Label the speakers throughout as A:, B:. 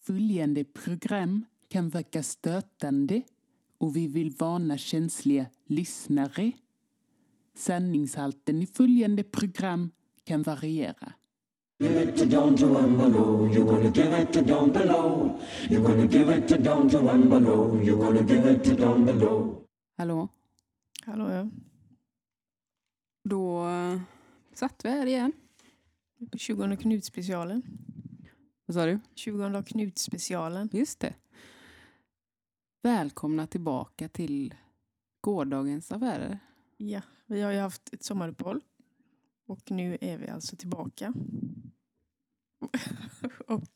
A: Följande program kan verka stötande och vi vill varna känsliga lyssnare. Sändningshalten i följande program kan variera.
B: Give it to Don Juan Below. You're gonna give it to Don Below. You're gonna give it to Don Juan Below. You're gonna give it to Don Below.
A: Hallå?
C: Hallå ja.
D: Då eh, satt vi här igen.
C: 20 Knut-specialen.
D: Vad sa du?
C: 20 Knut-specialen.
D: Just det. Välkomna tillbaka till gårdagens affärer.
C: Ja, vi har ju haft ett sommaruppehåll. Och nu är vi alltså tillbaka. och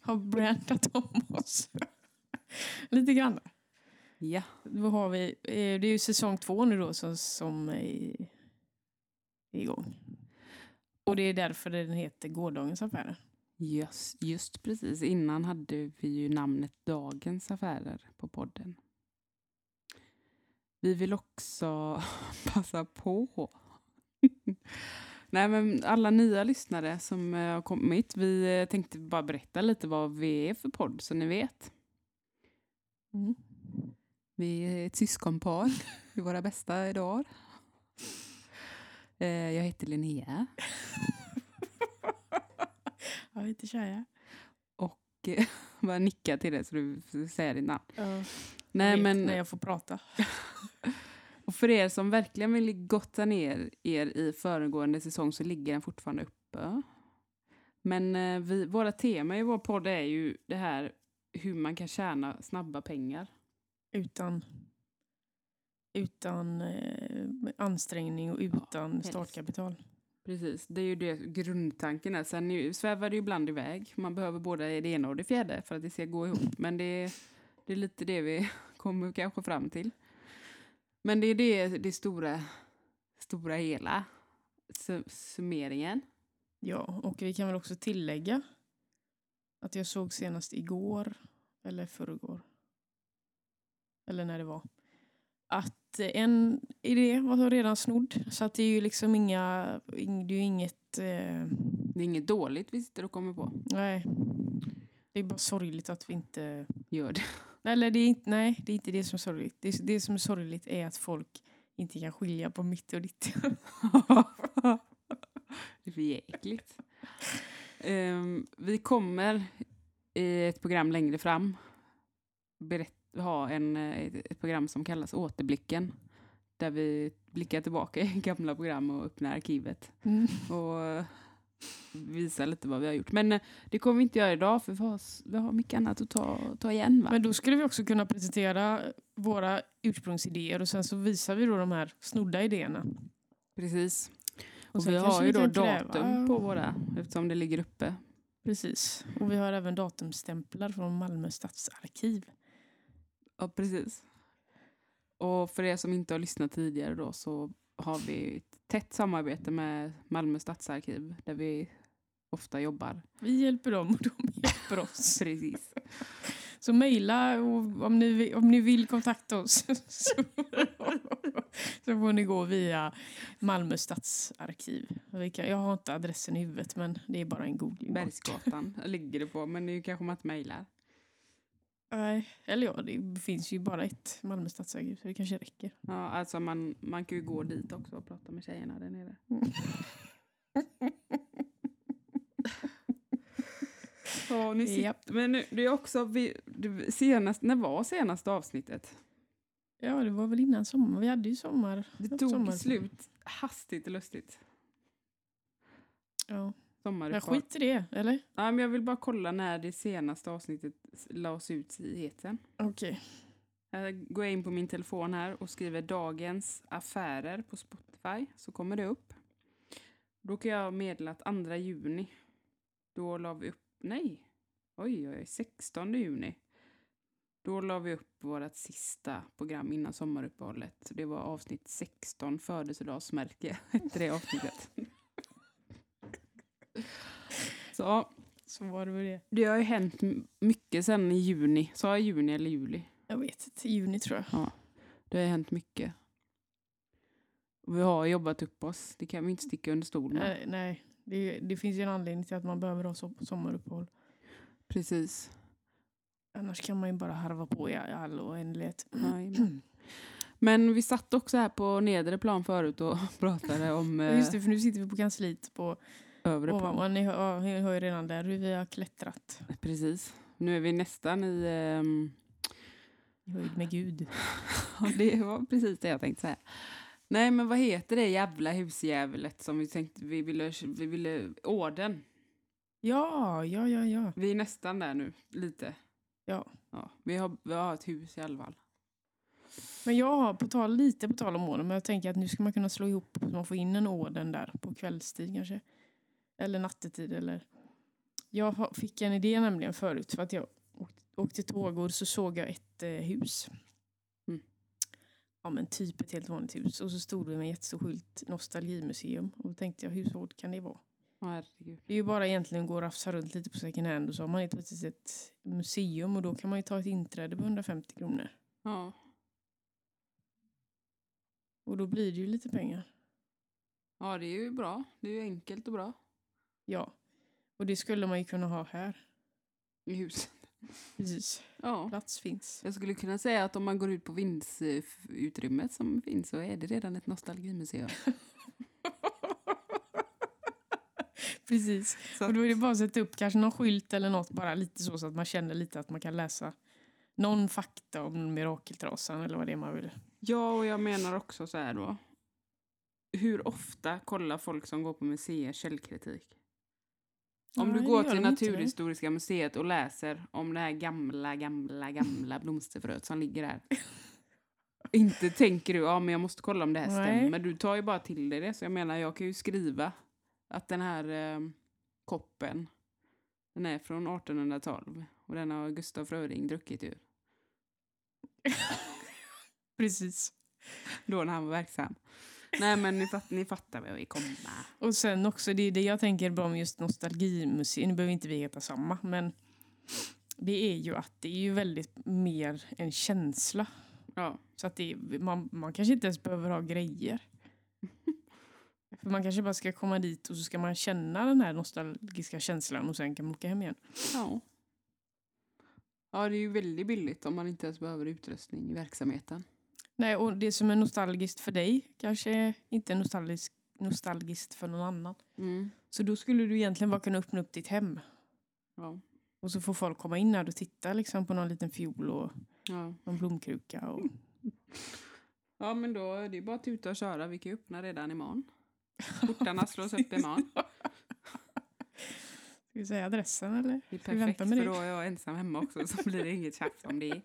C: har brandat om oss. Lite grann.
D: Ja.
C: Då har vi, eh, det är ju säsong två nu då som, som är är igång. Och det är därför den heter Gårdagens affärer.
D: Just, just precis. Innan hade vi ju namnet Dagens affärer på podden. Vi vill också passa på. Nej, men alla nya lyssnare som eh, har kommit, vi eh, tänkte bara berätta lite vad vi är för podd, så ni vet.
C: Mm.
D: Vi är ett syskonpar i våra bästa dagar. Eh, Jag heter Linnea.
C: Jag heter Kaja.
D: Bara nicka till det så du f- säger ditt namn.
C: Jag
D: Nej,
C: vet
D: men,
C: När jag får prata.
D: och för er som verkligen vill gotta ner er i föregående säsong så ligger den fortfarande uppe. Men eh, vi, våra tema i vår podd är ju det här hur man kan tjäna snabba pengar.
C: utan, utan eh, ansträngning och utan
D: helst.
C: startkapital.
D: Precis, det är ju det grundtanken är. Sen är ju, svävar det ju ibland iväg. Man behöver både det ena och det fjärde för att det ska gå ihop. Men det är, det är lite det vi kommer kanske fram till. Men det är det, det stora, stora hela. Su- Summeringen.
C: Ja, och vi kan väl också tillägga att jag såg senast igår, eller förrgår, eller när det var, att en idé var redan snodd. Så att det är ju liksom inga, ing- det är ju inget, eh,
D: Det är inget dåligt vi sitter och kommer på.
C: nej. Det är bara sorgligt att vi inte
D: Gör det.
C: Nej, Eller det är inte, nej, det är inte det som är sorgligt. Det, är- det som är sorgligt är att folk inte kan skilja på mitt och ditt.
D: Det är för jäkligt. Ehm, vi kommer i ett program längre fram berätt, ha en, eh, ett ett program som kallas Återblicken. Där vi blickar tillbaka i gamla program och öppnar arkivet.
C: Mm.
D: Och eh, visar lite vad vi har gjort. Men eh, det kommer vi inte göra idag för vi har, s- vi har mycket annat att ta, ta igen. Va?
C: Men då skulle vi också kunna presentera våra ursprungsidéer och sen så visar vi då de här snodda idéerna.
D: Precis. Och,
C: sen
D: vi
C: kanske
D: har ju då
C: kan kräva-
D: datum på våra eftersom det ligger uppe.
C: Precis. Och vi har även datumstämplar från Malmö stadsarkiv.
D: Ja, precis. Och för er som inte har lyssnat tidigare då så har vi ett tätt samarbete med Malmö stadsarkiv där vi ofta jobbar.
C: Vi hjälper dem och de hjälper oss.
D: Precis.
C: Så mejla och om ni, vi- om ni vill kontakta oss så, så får ni gå via Malmö stadsarkiv. Vi kan- Jag har inte adressen i huvudet men det är bara en googling. bort.
D: Bergsgatan ligger det på, men det är ju kanske man inte mejlar.
C: Nej, eller ja, det finns ju bara ett Malmö stadsarkiv så det kanske räcker.
D: Ja, alltså man, man kan ju gå dit också och prata med tjejerna där nere. Ja, nu sitter,
C: Japp.
D: Men nu, det är också, vi, det, senast, när var senaste avsnittet?
C: Ja, det var väl innan sommar. Vi hade ju sommar.
D: Det
C: Något
D: tog
C: sommar-
D: slut hastigt och lustigt.
C: Ja. Men
D: Sommaruppehåll.
C: skit i det, eller?
D: Ja, men jag vill bara kolla när det senaste avsnittet lades ut i etern.
C: Okej.
D: Jag går jag in på min telefon här och skriver dagens affärer på Spotify så kommer det upp. Då kan jag meddela att 2 juni, då la vi upp, nej, oj, oj, oj, 16 juni. Då la vi upp vårt sista program innan sommaruppehållet. Så Det var avsnitt 16, födelsedagsmärke, hette det avsnittet. Så,
C: Så var det väl det.
D: det har ju hänt m- mycket sen i juni. Sa jag juni eller juli?
C: Jag vet inte, juni tror jag.
D: Det har ju hänt mycket. Och Vi har jobbat upp oss. Det kan vi inte sticka under stol med.
C: Nej, nej. Det, det finns ju en anledning till att man behöver ha so- sommaruppehåll.
D: Precis.
C: Annars kan man ju bara harva på i all oändlighet.
D: Jajamän. Men vi satt också här på nedre plan förut och pratade om eh,
C: Just det, för nu sitter vi på kansliet på
D: övre plan.
C: ovanpå. Ni hör, ja, ni hör ju redan där hur vi har klättrat
D: Precis. Nu är vi nästan i... ehm,
C: i höjd med Gud.
D: Ja, det var precis det jag tänkte säga. Nej, men vad heter det jävla husjävlet som vi tänkte vi ville... Vi ville orden.
C: Ja, ja, ja, ja.
D: Vi är nästan där nu, lite.
C: Ja.
D: ja vi, har, vi har ett hus i alla fall.
C: Men jag har på tal, lite på tal om orden, men jag tänker att nu ska man kunna slå ihop så man får in en orden där på kvällstid kanske. Eller nattetid eller. Jag har- fick en idé nämligen förut för att jag åkte- åkte tåg och så såg jag ett eh, hus.
D: Mm.
C: Ja men typ ett helt vanligt hus och så stod det med en jättestor skylt nostalgimuseum och då tänkte jag hur svårt kan det vara?
D: Åh, herregud.
C: Det är ju bara egentligen att gå och rafsa runt lite på second hand och så har man helt plötsligt ett museum och då kan man ju ta ett inträde på 150 kronor.
D: Ja.
C: Och då blir det ju lite pengar.
D: ja, det är ju bra. Det är ju enkelt och bra
C: Ja. Och det skulle man ju kunna ha här.
D: i huset.
C: Precis.
D: Ja.
C: Plats finns.
D: Jag skulle kunna säga att om man går ut på vindsutrymmet som finns så är det redan ett nostalgimuseum.
C: Precis.
D: Så
C: Och då
D: att,
C: är det bara att sätta upp kanske någon skylt eller något bara lite så, så att man känner lite att man kan läsa någon fakta om mirakeltrasan eller vad det är man vill.
D: ja, och jag menar också så här då. Hur ofta kollar folk som går på museer källkritik? Om du
C: Nej,
D: går
C: det gör
D: till
C: de inte,
D: Naturhistoriska museet och läser om det här gamla, gamla, gamla blomsterfröet som ligger där. Inte tänker du, ja men jag måste kolla om det här
C: Nej.
D: stämmer. Du tar ju bara till dig det. Så jag menar, jag kan ju skriva att den här eh, koppen, den är från 1812. Och den har Gustav Fröding druckit ur.
C: Precis.
D: Då när han var verksam. Nej men ni, fatt, ni fattar vad jag vill komma.
C: Och sen också, det är det jag tänker bra med just nostalgimuseum, nu behöver inte vi heta samma, men det är ju att det är ju väldigt mer en känsla.
D: Ja.
C: Så att det, är- man, man kanske inte ens behöver ha grejer. För man kanske bara ska komma dit och så ska man känna den här nostalgiska känslan och sen kan man åka hem igen.
D: ja. Ja, det är ju väldigt billigt om man inte ens behöver utrustning i verksamheten.
C: Nej, och det som är nostalgiskt för dig kanske inte är nostalgisk, nostalgiskt för någon annan.
D: Mm.
C: Så då skulle du egentligen bara kunna öppna upp ditt hem
D: Ja.
C: och så får folk komma in här och titta liksom på någon liten fiol och
D: Ja.
C: någon blomkruka. Och...
D: ja, men då är det ju bara att tuta och köra. Vi kan ju öppna redan imorgon. Portarna slås upp imorgon.
C: Ska vi säga adressen eller?
D: Det är
C: vi vänta
D: perfekt,
C: med
D: för
C: det?
D: då är jag ensam hemma också så blir det inget tjafs om det.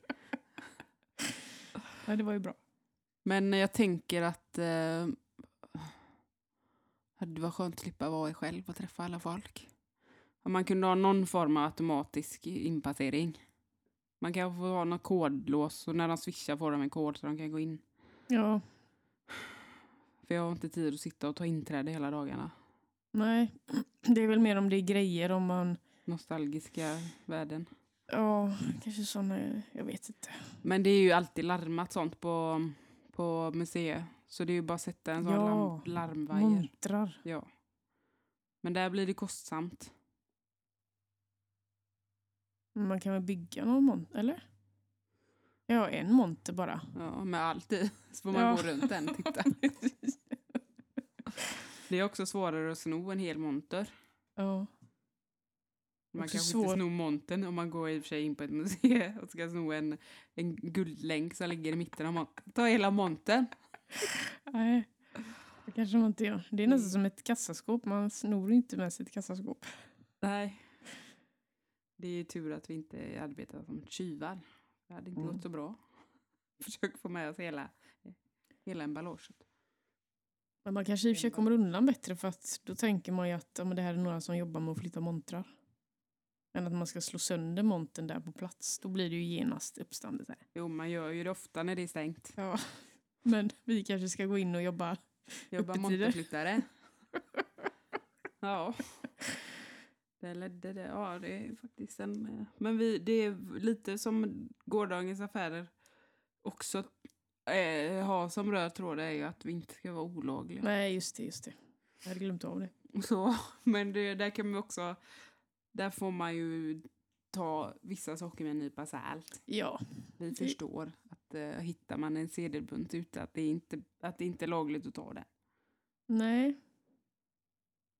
C: Ja, det var ju bra.
D: Men jag tänker att eh, det var skönt att slippa vara själv och träffa alla folk. Om man kunde ha någon form av automatisk inpassering. Man kan få ha något kodlås och när de swishar får de en kod så de kan gå in.
C: Ja,
D: För jag har inte tid att sitta och ta inträde hela dagarna.
C: nej. Det är väl mer om det är grejer om man...
D: Nostalgiska värden.
C: Ja, kanske såna... Jag vet inte.
D: Men det är ju alltid larmat sånt på, på museet. Så det är ju bara att sätta en sån
C: Ja.
D: larm, larmvajer.
C: Muntrar.
D: Ja. Men där blir det kostsamt.
C: Men Man kan väl bygga någon monter, eller? Ja, en monter bara.
D: Ja, med allt i. Så får man
C: Ja.
D: gå runt den och titta. det är också svårare att sno en hel monter.
C: Ja.
D: Man
C: Också
D: kanske
C: svår-
D: inte snor montern om man går i och för sig in på ett museum och ska sno en, en guldlänk som ligger i mitten av montern. Ta hela montern.
C: Nej, det kanske man inte gör. Det är
D: Mm.
C: nästan som ett kassaskåp. Man snor ju inte med sig ett kassaskåp.
D: Nej. Det är ju tur att vi inte arbetar som tjuvar. Det hade inte
C: Mm.
D: gått så bra. Försök få med oss hela, hela emballaget.
C: Men man kanske i och för sig kommer undan bättre för att då tänker man ju att ja, men det här är några som jobbar med att flytta montrar. Än att man ska slå sönder montern där på plats. Då blir det ju genast uppståndet där.
D: Jo, man gör ju det ofta när det är stängt.
C: Ja. Men vi kanske ska gå in och jobba.
D: Jobbar
C: Öppettider.
D: monterflyttare. ja. Det ledde det. Ja, det är faktiskt en... eh, Men vi, det är lite som gårdagens affärer också eh, har som röd tråd är ju att vi inte ska vara olagliga.
C: Nej, just det, just det. Jag hade glömt av det.
D: Och Så, men det, där kan vi också... Där får man ju ta vissa saker med en nypa salt.
C: Ja,
D: Vi förstår att eh, hittar man en sedelbunt ute att det, inte, att det inte är lagligt att ta den.
C: nej.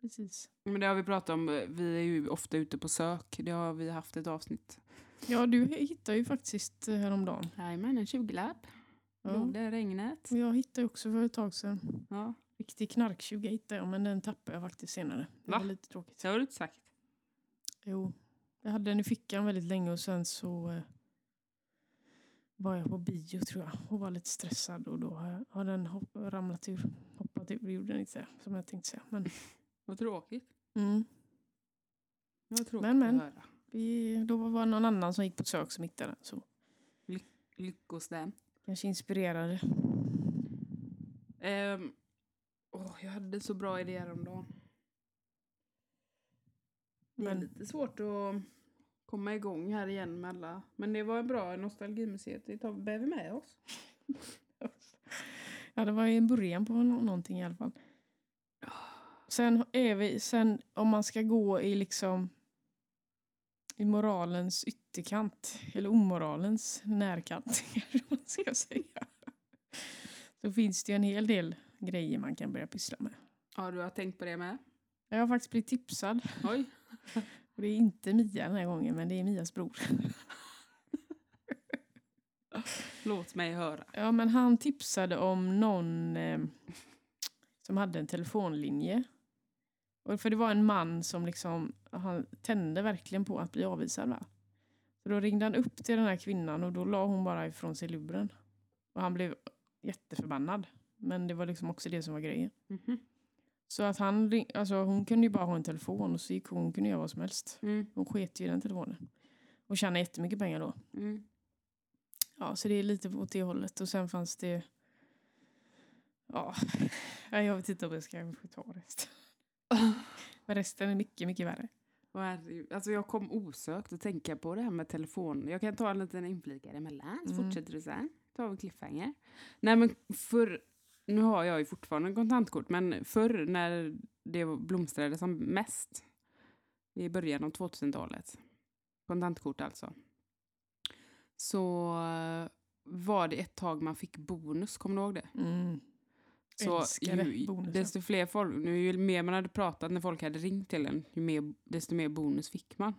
C: Precis.
D: Men det har vi pratat om, eh, vi är ju ofta ute på sök. Det har vi haft ett avsnitt.
C: Ja, du hittade ju faktiskt eh, häromdagen.
D: Jajamän, en 20-lapp.
C: Ja.
D: Gjorde regnet.
C: Och jag hittade ju också för ett tag sedan.
D: Ja.
C: Riktig knarktjuga hittade jag, men den tappade jag faktiskt senare. Det
D: Va?
C: var lite tråkigt.
D: Så har du inte sagt.
C: Jo, jag hade den i fickan väldigt länge och sen så eh, var jag på bio tror jag och var lite stressad och då har jag- har den hopp, ramlat ur. Hoppat ur, det gjorde den inte som jag tänkte säga. Men,
D: Vad tråkigt.
C: mm,
D: Vad tråkigt
C: Men, men.
D: att höra.
C: vi, då var det någon annan som gick på sök som hittade den så
D: Lyckos den.
C: kanske inspirerade.
D: Ehm, åh, jag hade så bra idéer om dagen. Det är
C: Men-
D: lite svårt att komma igång här igen med alla. Men det var en bra nostalgimuseet. Det tar- bär vi med oss.
C: Ja, det var ju en början på nå- någonting i alla fall. Sen är vi, sen om man ska gå i liksom i moralens ytterkant, eller omoralens närkant kanske man ska säga. Så finns det ju en hel del grejer man kan börja pyssla med.
D: Ja, du har tänkt på det med?
C: Jag har faktiskt blivit tipsad,
D: Oj.
C: och det är inte Mia den här gången, men det är Mias bror.
D: Låt mig höra.
C: Ja, men han tipsade om någon eh, som hade en telefonlinje. Och för det var en man som liksom, han tände verkligen på att bli avvisad. Va? Så då ringde han upp till den här kvinnan och då la hon bara ifrån sig luren. Och han blev jätteförbannad. Men det var liksom också det som var grejen.
D: Mhm.
C: Så att han, ring- alltså hon kunde ju bara ha en telefon och så gick hon, hon kunde göra vad som helst.
D: Mm.
C: Hon sket ju i den telefonen. Och tjänade jättemycket pengar då.
D: Mm.
C: Ja, så det är lite åt det hållet. Och sen fanns det... Ja, nej, jag vet inte om jag ska ta resten. Men resten är mycket, mycket värre.
D: Åh, herregud. Alltså jag kom osökt att tänka på det här med telefon. Jag kan ta en liten inflikare emellan, så
C: Mm.
D: fortsätter du sen. Tar vi en cliffhanger. Nej men för nu har jag ju fortfarande kontantkort, men förr när det blomstrade som mest, i början av 2000-talet, kontantkort alltså, så eh, var det ett tag man fick bonus, kommer du ihåg det? Mm. Så
C: Älskade
D: ju,
C: bonusen.
D: desto fler folk, nu, ju mer man hade pratat när folk hade ringt till en, ju mer, desto mer bonus fick man.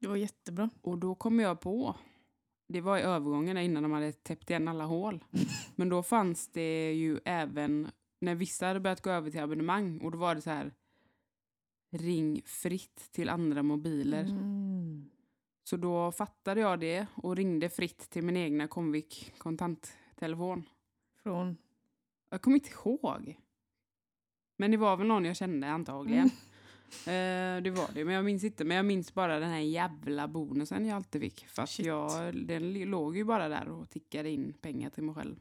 C: Det var jättebra.
D: Och då kom jag på, det var i övergången där innan de hade täppt igen alla hål. Men då fanns det ju även, när vissa hade börjat gå över till abonnemang och då var det så här, ring fritt till andra mobiler.
C: Mm.
D: Så då fattade jag det och ringde fritt till min egna Comviq kontanttelefon.
C: Från...
D: Jag kommer inte ihåg. Men det var väl någon jag kände antagligen. Eh, det var det, men jag minns inte. Men jag minns bara den här jävla bonusen jag alltid fick. För att
C: Shit.
D: jag, den li- låg ju bara där och tickade in pengar till mig själv.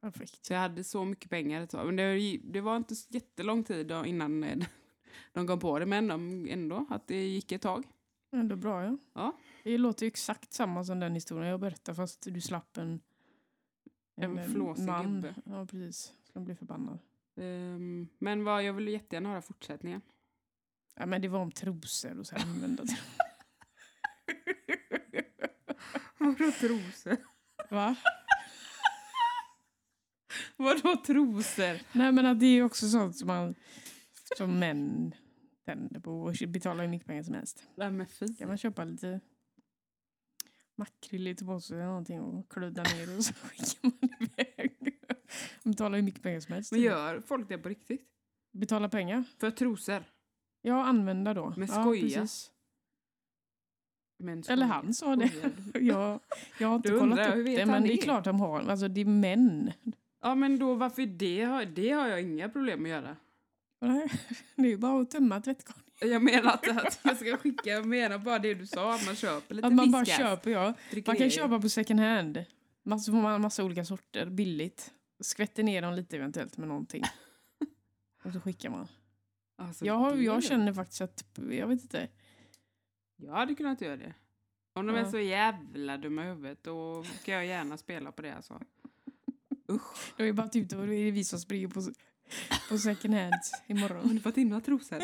C: Perfekt.
D: Så jag hade så mycket pengar ett tag. Men det, det var inte så jättelång tid då innan eh, de kom på det. Men de, ändå, att det gick ett tag.
C: Ändå bra, ja.
D: Ja.
C: Det låter ju exakt samma som den historien jag berättade fast du slapp en...
D: En flåsig
C: man.
D: gubbe.
C: Ja, precis. Som blev förbannad.
D: Ehm, men vad, jag vill jättegärna höra fortsättningen.
C: Ja, men det var om trosor och så här använda
D: Vadå trosor?
C: Va?
D: Vadå trosor?
C: Nej men att det är också sånt som man som män tänder på och betalar hur mycket pengar som helst.
D: Nej men fy.
C: Kan man köpa lite makrill i påse eller någonting och kludda ner och så skickar man iväg. Man betalar hur mycket pengar som helst.
D: Men gör folk det på riktigt?
C: Betala pengar?
D: För trosor?
C: Ja, använda då.
D: Men
C: ja,
D: skoja.
C: precis.
D: Men
C: Eller
D: skojar-
C: han sa det.
D: skojar du?
C: Jag, jag har inte
D: Då undrar
C: kollat
D: jag,
C: upp
D: hur vet
C: det
D: han
C: men det är
D: det?
C: klart de har. Alltså det är män.
D: Ja men då varför det? har- Det har jag inga problem att göra.
C: Det är ju bara att tömma tvättkorgen.
D: Jag menar inte att jag ska skicka, jag menar bara det du sa, att man köper lite
C: Att man bara
D: Whiskas,
C: köper ja.
D: dricker
C: Man
D: ner
C: kan
D: det.
C: köpa på second hand. Massa, får man massa olika sorter billigt. Skvätter ner dem lite eventuellt med någonting. Och så skickar man.
D: Alltså,
C: Jag, har,
D: det-
C: jag känner faktiskt att, jag vet inte.
D: Jag hade kunnat göra det. Om de
C: Ja.
D: är så jävla dumma i huvudet då kan jag gärna spela på det alltså.
C: Det är ju bara typ, då är det vi som springer på, på second hand imorgon.
D: Har ni fått in några trosor?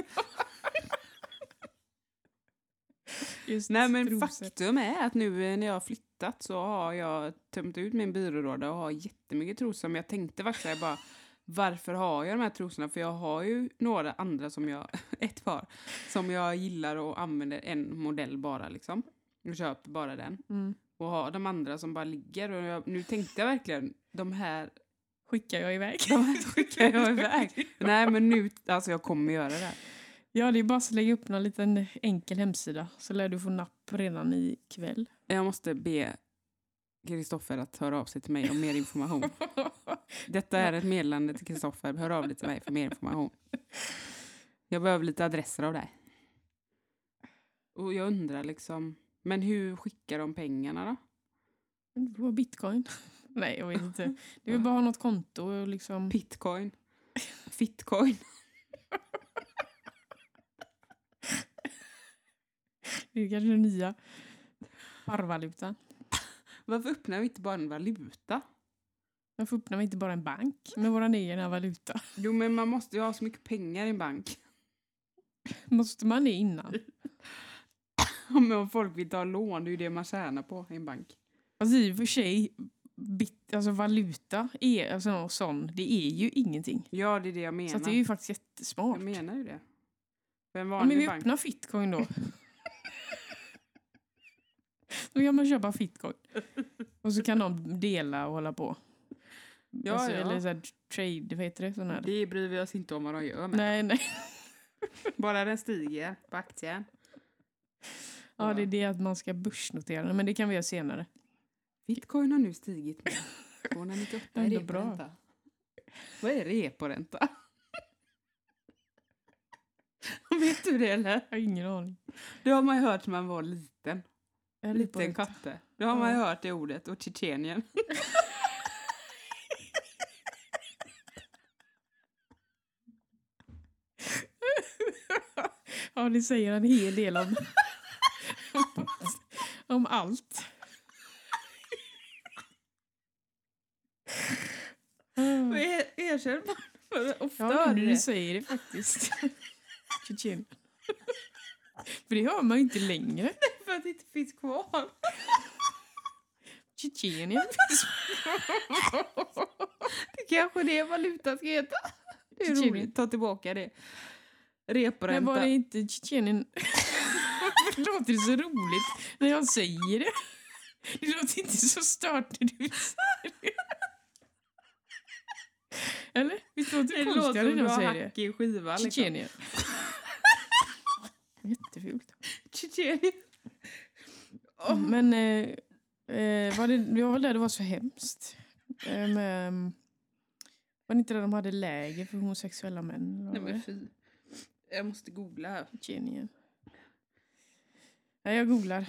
C: Just
D: Nej men
C: trosor.
D: faktum är att nu eh, när jag har flyttat så har jag tömt ut min byrålåda och har jättemycket trosor. Men jag tänkte faktiskt så här bara, varför har jag de här trosorna? För jag har ju några andra som jag, ett par, som jag gillar och använder en modell bara liksom. Jag köper bara den.
C: Mm.
D: Och har de andra som bara ligger. Och jag, nu tänkte jag verkligen, de här,
C: Skickar jag iväg?
D: de här skickar jag iväg. Nej men nu, alltså jag kommer göra det. här.
C: Ja, det är bara att lägga upp någon liten enkel hemsida så lär du få napp redan ikväll.
D: Jag måste be Kristoffer att höra av sig till mig om mer information. Detta är ett meddelande till Kristoffer. Hör av dig till mig för mer information. Jag behöver lite adresser av dig. Och jag undrar liksom, men hur skickar de pengarna då?
C: Du har bitcoin. Nej, jag vet inte. Du vill bara ha något konto och liksom...
D: Bitcoin? Fitcoin?
C: Det är kanske den nya parvalutan.
D: Varför öppnar vi inte bara en valuta?
C: Varför öppnar vi inte bara en bank med vår egen valuta?
D: Jo, men man måste ju ha så mycket pengar i en bank.
C: Måste man det innan?
D: Men om folk vill ta lån, det är ju det man tjänar på i en bank.
C: Alltså i och för sig, bit, alltså valuta är, alltså, och sån, det är ju ingenting.
D: Ja, det är det jag menar.
C: Så att det är ju faktiskt
D: Jag
C: jättesmart.
D: menar ju det.
C: Ja,
D: För en
C: men
D: vanlig
C: vi
D: bank...
C: öppnar fitcoin då. då kan man köpa fitcoin. Och så kan de dela och hålla på.
D: Ja,
C: alltså,
D: ja.
C: Eller så här, trade, vad heter det? Sån här.
D: Det bryr vi oss inte om vad de gör med.
C: Nej, nej.
D: Bara den stiger på aktien.
C: Ja, det är det att man ska börsnotera den, men det kan vi göra senare.
D: Bitcoin har nu stigit med 298 i
C: Ändå bra.
D: reporänta. Vad är reporänta? Vet du det eller?
C: Jag har ingen aning.
D: Det har man ju hört när man var liten.
C: Jag litar
D: Liten
C: inte.
D: katte. Det har man ju
C: Ja.
D: hört det ordet och Tjetjenien.
C: Ja, det säger en hel del om, om allt.
D: Och er- Erkänn bara för ofta
C: Ja,
D: hör
C: nu du
D: det.
C: säger det faktiskt. Tjutjin. För det hör man ju inte längre.
D: För att det inte finns kvar.
C: Tjetjenien.
D: Det kanske det valuta ska heta. Det är
C: Tjetjenien.
D: roligt. Ta tillbaka det.
C: Men
D: Reporänta.
C: var det inte Tjetjenien? Varför låter det så roligt när jag säger det? Det låter inte så stört när du säger det. Eller? Visst låter det
D: Det låter
C: konstigare
D: som
C: när
D: du
C: jag
D: har
C: säger det?
D: hack i skiva. Liksom.
C: Tjetjenien. Jättefult.
D: Tjetjenien.
C: Men eh, eh, var det, det var väl där det var så hemskt. Eh, med, ehm, var det inte där de hade läger för homosexuella män? eller vad
D: Nej
C: var det?
D: men fy. Jag måste googla här.
C: Tjetjenien. Nej, jag googlar.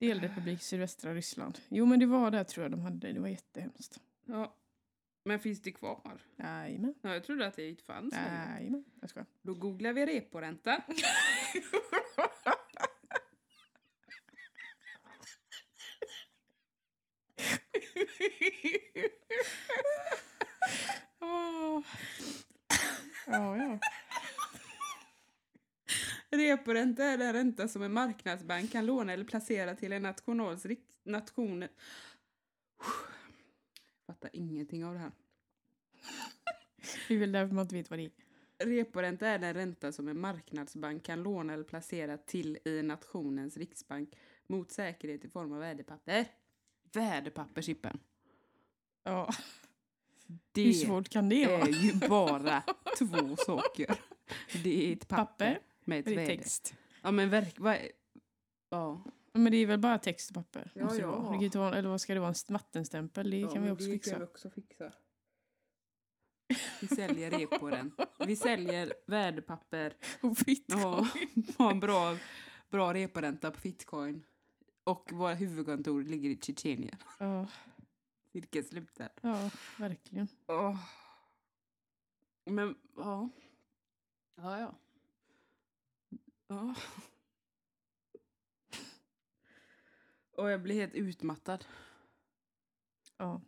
C: Delrepublik sydvästra Ryssland. Jo, men det var där tror jag de hade. Det var jättehemskt.
D: Ja. Men finns det kvar?
C: Jajamän.
D: Ja, jag trodde att det inte fanns längre.
C: Jajamän. Jag skojar.
D: Då googlar vi reporänta.
C: Åh. Ja, ja.
D: reporänta är den ränta som en marknadsbank kan låna eller placera till en nationals riks- nation... Jag fattar ingenting av det här.
C: Det är väl därför man inte vet vad det är.
D: Reporänta är den ränta som en marknadsbank kan låna eller placera till i nationens riksbank mot säkerhet i form av värdepapper. Värdepapper, Chippen.
C: Ja.
D: Det
C: Hur svårt kan det vara?
D: är ju bara två saker. Det är ett papper,
C: Papper
D: med ett
C: och det är
D: väder.
C: text.
D: Ja, men verk... Vad är... Ja.
C: Men det är väl bara text och papper?
D: Ja,
C: måste det
D: ja.
C: vara. Det kan ju inte vara, eller vad ska det vara? En vattenstämpel? Det kan vi också fixa.
D: också fixa. Vi säljer reporänta. Vi säljer värdepapper.
C: Och fitta.
D: Ja, ha en bra, bra reporänta på Fitcoin. Och våra huvudkontor ligger i Tjetjenien.
C: Ja,
D: Vilket slutar.
C: ja, verkligen.
D: Åh. Men, ja. Ja, ja. Ja. Och jag blir helt utmattad.
C: Ja.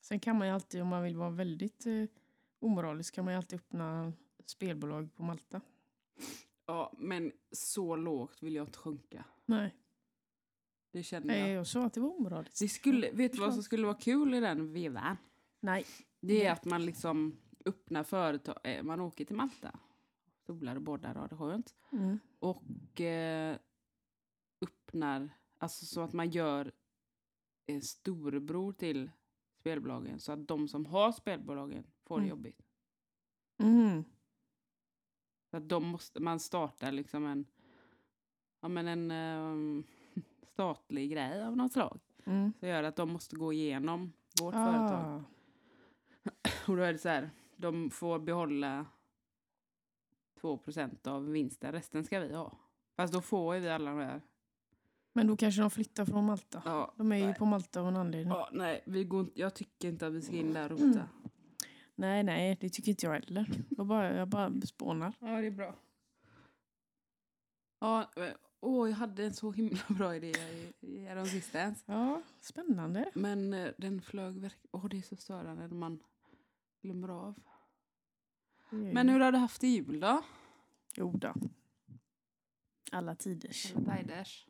C: Sen kan man ju alltid, om man vill vara väldigt eh, omoralisk, kan man ju alltid öppna spelbolag på Malta.
D: Ja, men så lågt vill jag inte sjunka.
C: Nej.
D: Det känner
C: Nej,
D: jag.
C: jag sa att det var omoraliskt.
D: Det skulle, vet du vad
C: förstår.
D: som skulle vara kul i den vevan?
C: Nej.
D: Det
C: Nej.
D: är att man liksom öppnar företag. eh, Man åker till Malta. Solar och badar och har det skönt.
C: Mm.
D: Och eh, öppnar, alltså så att man gör en storebror till spelbolagen. Så att de som har spelbolagen får det
C: Mm.
D: jobbigt.
C: Mm.
D: Så att de måste, man startar liksom en, ja men en ehm, statlig grej av något slag.
C: Mm.
D: Så gör att de måste gå igenom vårt företag.
C: Ah.
D: Och då är det så här, de får behålla 2 av vinsten, resten ska vi ha. Fast då får ju vi alla de här.
C: Men då kanske de flyttar från Malta.
D: Ja,
C: De är ju
D: nej.
C: på Malta av en anledning.
D: ja, nej, vi går inte, jag tycker inte att vi ska in där och rota.
C: Nej, nej, det tycker inte jag heller. Jag bara, jag bara spånar.
D: Ja, det är bra. Ja, eh, åh, jag hade en så himla bra idé i- i häromsistens.
C: Ja, spännande.
D: Men eh, den flög verkligen... Åh, det är så störande när man glömmer av.
C: Mm.
D: Men hur har du haft i jul då?
C: Jo då. Alla tiders.
D: Alla tiders.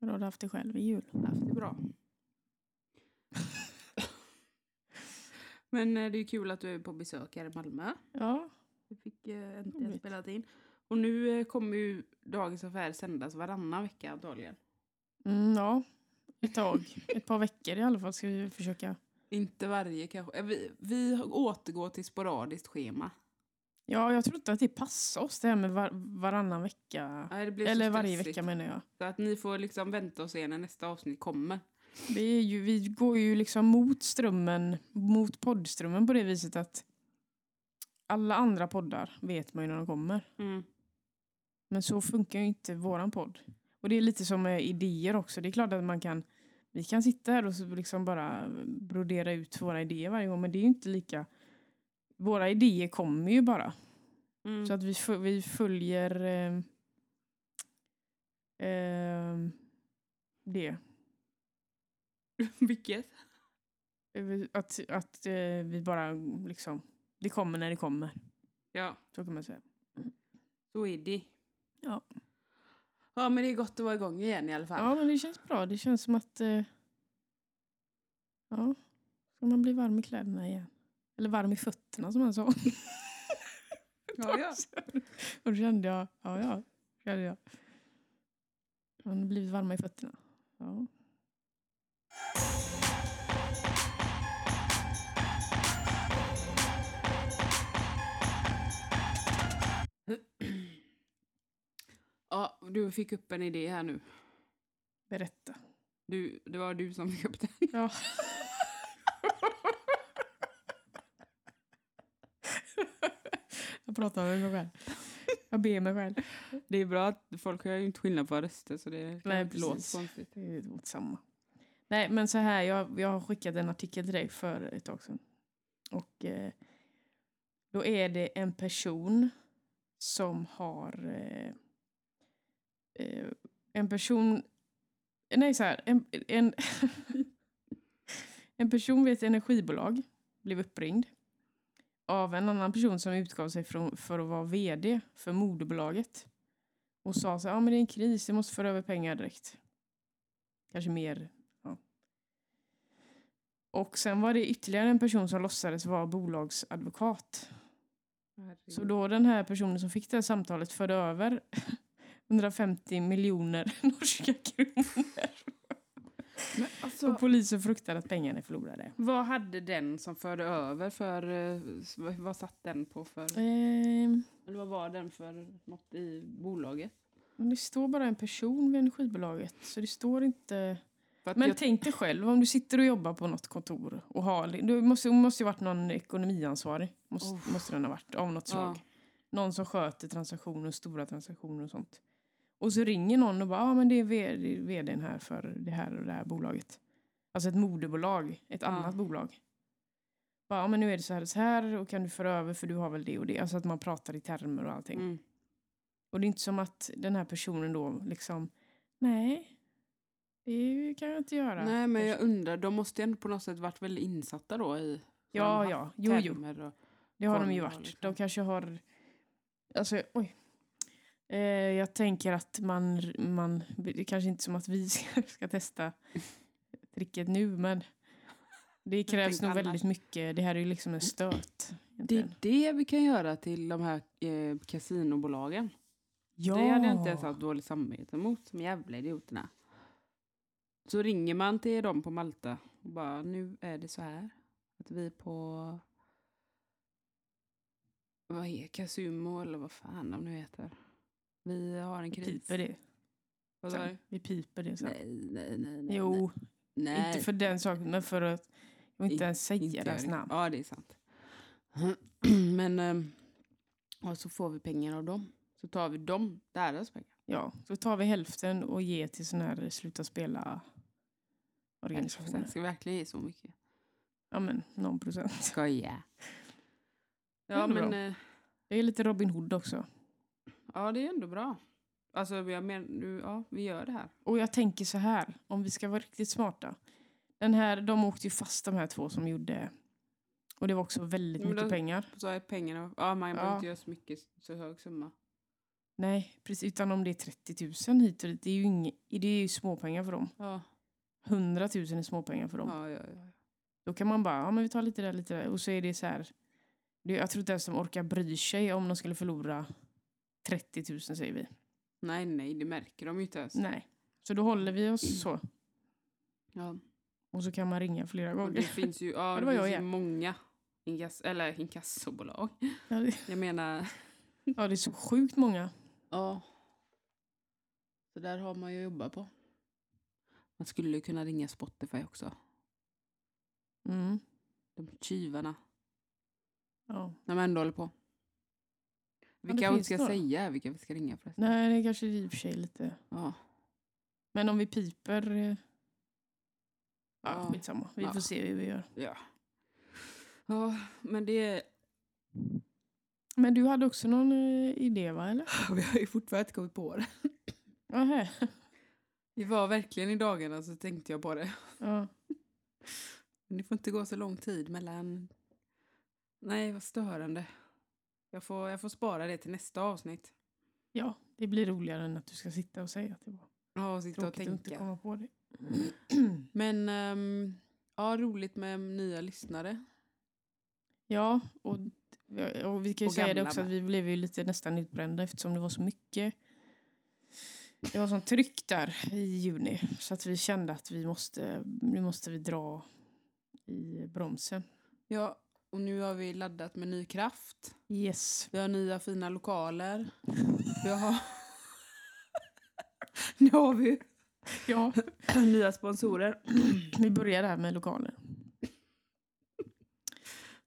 C: Men har du haft det själv i jul?
D: haft det bra. Men eh, det är kul att du är på besök här i Malmö.
C: Ja.
D: Vi fick eh, äntligen
C: Roligt.
D: spelat in. Och nu eh, kommer ju Dagens Affär sändas varannan vecka antagligen.
C: Mm, ja. Ett tag. Ett par veckor i alla fall ska vi försöka.
D: Inte varje kanske. Eh, Vi, vi återgår till sporadiskt schema.
C: Ja, jag tror inte att det passar oss det här med var- varannan vecka.
D: Nej, det blir så
C: Eller varje
D: stressigt.
C: vecka menar jag.
D: Så att ni får liksom vänta och se när nästa avsnitt kommer.
C: Det är ju, vi går ju liksom mot strömmen, mot poddströmmen på det viset att alla andra poddar vet man ju när de kommer.
D: Mm.
C: Men så funkar ju inte våran podd. Och det är lite som med idéer också. Det är klart att man kan, vi kan sitta här och så liksom bara brodera ut våra idéer varje gång, men det är ju inte lika... Våra idéer kommer ju bara.
D: Mm.
C: Så att vi, fö- vi följer eh, eh, det.
D: Vilket?
C: Eh, Att, att eh, vi bara liksom, det kommer när det kommer.
D: Ja,
C: Så kan man säga.
D: så är det.
C: Ja.
D: Ja, men det är gott att vara igång igen i alla fall.
C: Ja, men det känns bra. Det känns som att... Eh, ja, ska man bli varm i kläderna igen? Eller varm i fötterna som han sa.
D: Ja, ja.
C: Och då kände jag, ja, ja, kände jag. Man har blivit varma i fötterna. Ja.
D: Ja, du fick upp en idé här nu.
C: Berätta.
D: Du, det var du som fick upp den.
C: Ja. jag pratar med mig själv. Jag ber mig själv.
D: Det är bra att folk gör ju inte skillnad på röster så det kan
C: Nej,
D: inte låta
C: precis.
D: konstigt.
C: Det är åt samma. Nej, men så här. Jag, jag har skickat en artikel till dig för ett tag sedan. Och eh, då är det en person som har... Eh, eh, en person... Nej, så här. En, en, en person vid ett energibolag blev uppringd av en annan person som utgav sig från, för att vara vd för moderbolaget. Och sa så här, ja men det är en kris, jag måste föra över pengar direkt. Kanske mer. Ja. Och sen var det ytterligare en person som låtsades vara bolagsadvokat. Så då den här personen som fick det här samtalet förde över 150 miljoner norska kronor.
D: Men alltså,
C: Och polisen fruktar att pengarna är förlorade.
D: vad hade den som förde över för... eh, s- vad- Vad satt den på för...
C: Ehm,
D: Eller vad var den för något i bolaget?
C: men det står bara en person vid energibolaget, så det står inte...
D: För att
C: Men
D: jag,
C: tänk dig själv om du sitter och jobbar på något kontor och har... Du måste, det måste ju varit någon ekonomiansvarig. Måste,
D: Oh.
C: måste den ha varit, av något slag.
D: ja,
C: Någon som sköter transaktioner, stora transaktioner och sånt. Och så ringer någon och bara, ja ah, men det är vd, vdn här för det här och det här bolaget. Alltså ett moderbolag, ett
D: Ja.
C: annat bolag. Bara, ja men nu är det så här och så här och kan du föra över för du har väl det och det. Alltså att man pratar i termer och allting.
D: mm.
C: Och det är inte som att den här personen då liksom, nej, det kan jag inte göra.
D: Nej, men jag undrar, de måste ju ändå på något sätt varit väldigt insatta då i...
C: Ja,
D: de
C: ja.
D: haft
C: Jo, jo.
D: termer Och,
C: Det har de ju
D: Kolla,
C: varit.
D: liksom.
C: De kanske har... Alltså, oj. Eh, jag tänker att man, man, det är kanske inte som att vi ska ska testa tricket nu, men det krävs nog
D: annat.
C: väldigt mycket. Det här är ju liksom en stöt.
D: Det
C: egentligen.
D: är det vi kan göra till de här eh, kasinobolagen. Det hade jag inte ens haft dåligt samvete mot, de jävla idioterna. Så ringer man till dem på Malta och bara, nu är det så här. Att vi på... Vad är Casumo eller vad fan de nu heter. Vi har en
C: Vi
D: kris.
C: piper Typ det.
D: Vad sa du?
C: Sen. Vi piper det sen.
D: Nej, nej, nej. nej
C: Jo,
D: nej.
C: inte för den saken, men för att jag vill inte
D: Inte-
C: ens säga
D: Inte
C: deras
D: jag.
C: namn.
D: Ja, det är sant. Men, ehm, och så får vi pengar av dem. Så tar vi dem, deras pengar.
C: Ja, så tar vi hälften och ger till sån här sluta spela organisationer.
D: Ska vi verkligen ge så mycket?
C: Ja, men någon procent.
D: Skoja.
C: Det är
D: Ja,
C: ändå
D: men
C: bra.
D: eh,
C: Det är lite Robin Hood också.
D: ja, det är ändå bra. Alltså, jag men, du, ja, vi gör det här.
C: Och jag tänker så här, om vi ska vara riktigt smarta. Den här, de åkte ju fast de här två som gjorde... Och det var också väldigt
D: Men
C: mycket
D: de-
C: pengar.
D: Så är pengarna... Ja, man behöver
C: Ja.
D: inte göra så mycket, så hög summa.
C: Nej, precis. Utan om det är 30 000 hit och dit, det är ju, inge, det är ju småpengar för dem.
D: Ja,
C: 100 000 är småpengar för dem.
D: ja, ja. ja.
C: Då kan man bara, ja men vi tar lite där, lite där. Och så är det så här. Det, jag tror inte ens de orkar bry sig om de skulle förlora 30 000 säger vi.
D: Nej, nej, det märker de ju inte ens.
C: Nej. Så då håller vi oss så.
D: Ja.
C: Och så kan man ringa flera
D: Och det
C: gånger.
D: finns ju, ja,
C: det
D: det
C: var jag
D: finns ju
C: igen.
D: många inkass, eller inkassobolag.
C: Ja, det-
D: Jag menar...
C: Ja, det är så sjukt många.
D: Ja. Så där har man ju att jobba på. Man skulle ju kunna ringa Spotify också.
C: Mm.
D: De tjuvarna.
C: Ja.
D: När man ändå håller på. Vi
C: det
D: kanske
C: finns
D: inte ska
C: några.
D: säga vilka vi ska ringa förresten.
C: Nej, det är kanske i och för sig lite.
D: Ja.
C: Men om vi piper... eh, Ja,
D: Ja.
C: skitsamma. Vi
D: Ja.
C: får se hur vi gör.
D: ja. Ja, men det...
C: Men du hade också någon eh, idé, va? Eller?
D: Vi har ju fortfarande inte kommit på det.
C: Aha.
D: Vi var verkligen i dagarna så tänkte jag på det.
C: Ja.
D: Men det får inte gå så lång tid mellan... Nej, vad störande. Jag får, jag får spara det till nästa avsnitt.
C: ja, det blir roligare än att du ska sitta och säga att det var
D: Ja, och sitta och
C: tråkigt att
D: tänka.
C: inte komma på det.
D: Men ehm, ja, roligt med nya lyssnare.
C: Ja, och, och vi kan ju
D: Och
C: säga det
D: gamla
C: också att
D: med.
C: vi blev ju lite nästan utbrända eftersom det var så mycket. Det var sånt tryck där i juni så att vi kände att vi måste, nu måste vi dra i bromsen.
D: Ja, och nu har vi laddat med ny kraft.
C: Yes.
D: Vi har nya fina lokaler. Vi har... nu har vi
C: Ja,
D: nya sponsorer.
C: vi börjar där med lokaler.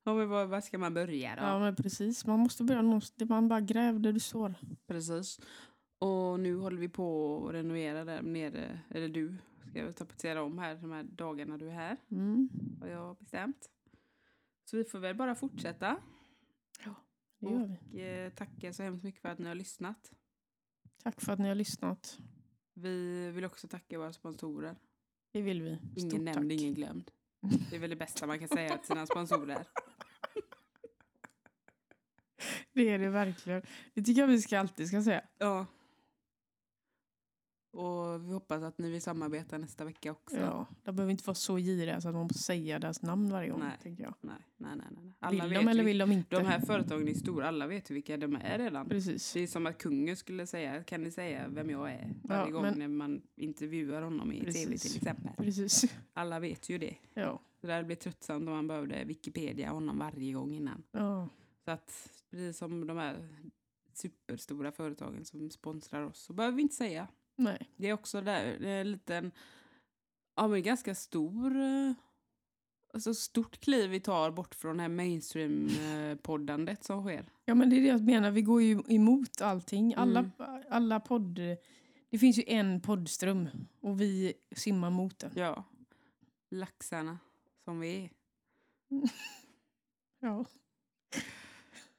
D: Ja, men var, var ska man börja då?
C: Ja, men precis. Man måste börja någonstans. Man bara gräv där du står.
D: Precis. Och nu håller vi på att renovera där nere. Eller du ska väl tapetsera om här de här dagarna du är här.
C: Mm.
D: Har jag bestämt. Så vi får väl bara fortsätta.
C: Det gör vi.
D: Och eh, tacka så hemskt mycket för att ni har lyssnat.
C: Tack för att ni har lyssnat.
D: Vi vill också tacka våra sponsorer.
C: Det vill vi.
D: Ingen
C: Stort
D: nämnd,
C: tack.
D: ingen glömd. Det är väl det bästa man kan säga till sina sponsorer.
C: Det är det verkligen. Det tycker jag vi ska alltid ska säga.
D: Ja. Och vi hoppas att ni vill samarbeta nästa vecka också.
C: Ja, de behöver inte vara så giriga så att man måste säga deras namn varje gång.
D: Nej.
C: Tänker jag.
D: Nej, nej, nej. nej.
C: vill de eller
D: ju-
C: vill de inte?
D: De här företagen är stora, alla vet ju vilka de är redan.
C: Precis.
D: Det är som att kungen skulle säga, kan ni säga vem jag är? Varje
C: Ja,
D: gång
C: men-
D: när man intervjuar honom i tv
C: Precis.
D: till exempel.
C: Precis.
D: Alla vet ju det.
C: Ja.
D: Så det här blir tröttsamt om man behövde Wikipedia honom varje gång innan.
C: ja.
D: Så att precis som de här superstora företagen som sponsrar oss så behöver vi inte säga.
C: Nej.
D: Det är också där det är en liten, ja men ganska stor, eh, alltså stort kliv vi tar bort från det här mainstream-poddandet som sker.
C: Ja, men det är det jag menar. Vi går ju emot allting. Alla,
D: Mm.
C: alla podd... Det finns ju en poddström och vi simmar mot den.
D: Ja. Laxarna som vi är.
C: Ja.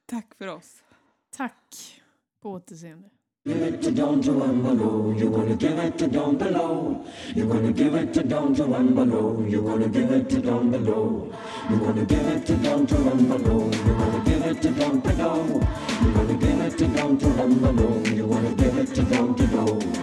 D: Tack för oss.
C: Tack. På återseende.
B: Give it to Don Juan below. You're gonna give it to Don below. You're gonna give it to Don Juan below. You're gonna give it to Don below. You're gonna give it to Don Juan below. You're gonna give it to Don below. You're gonna give it to Don Juan below. You're gonna give it to Don below.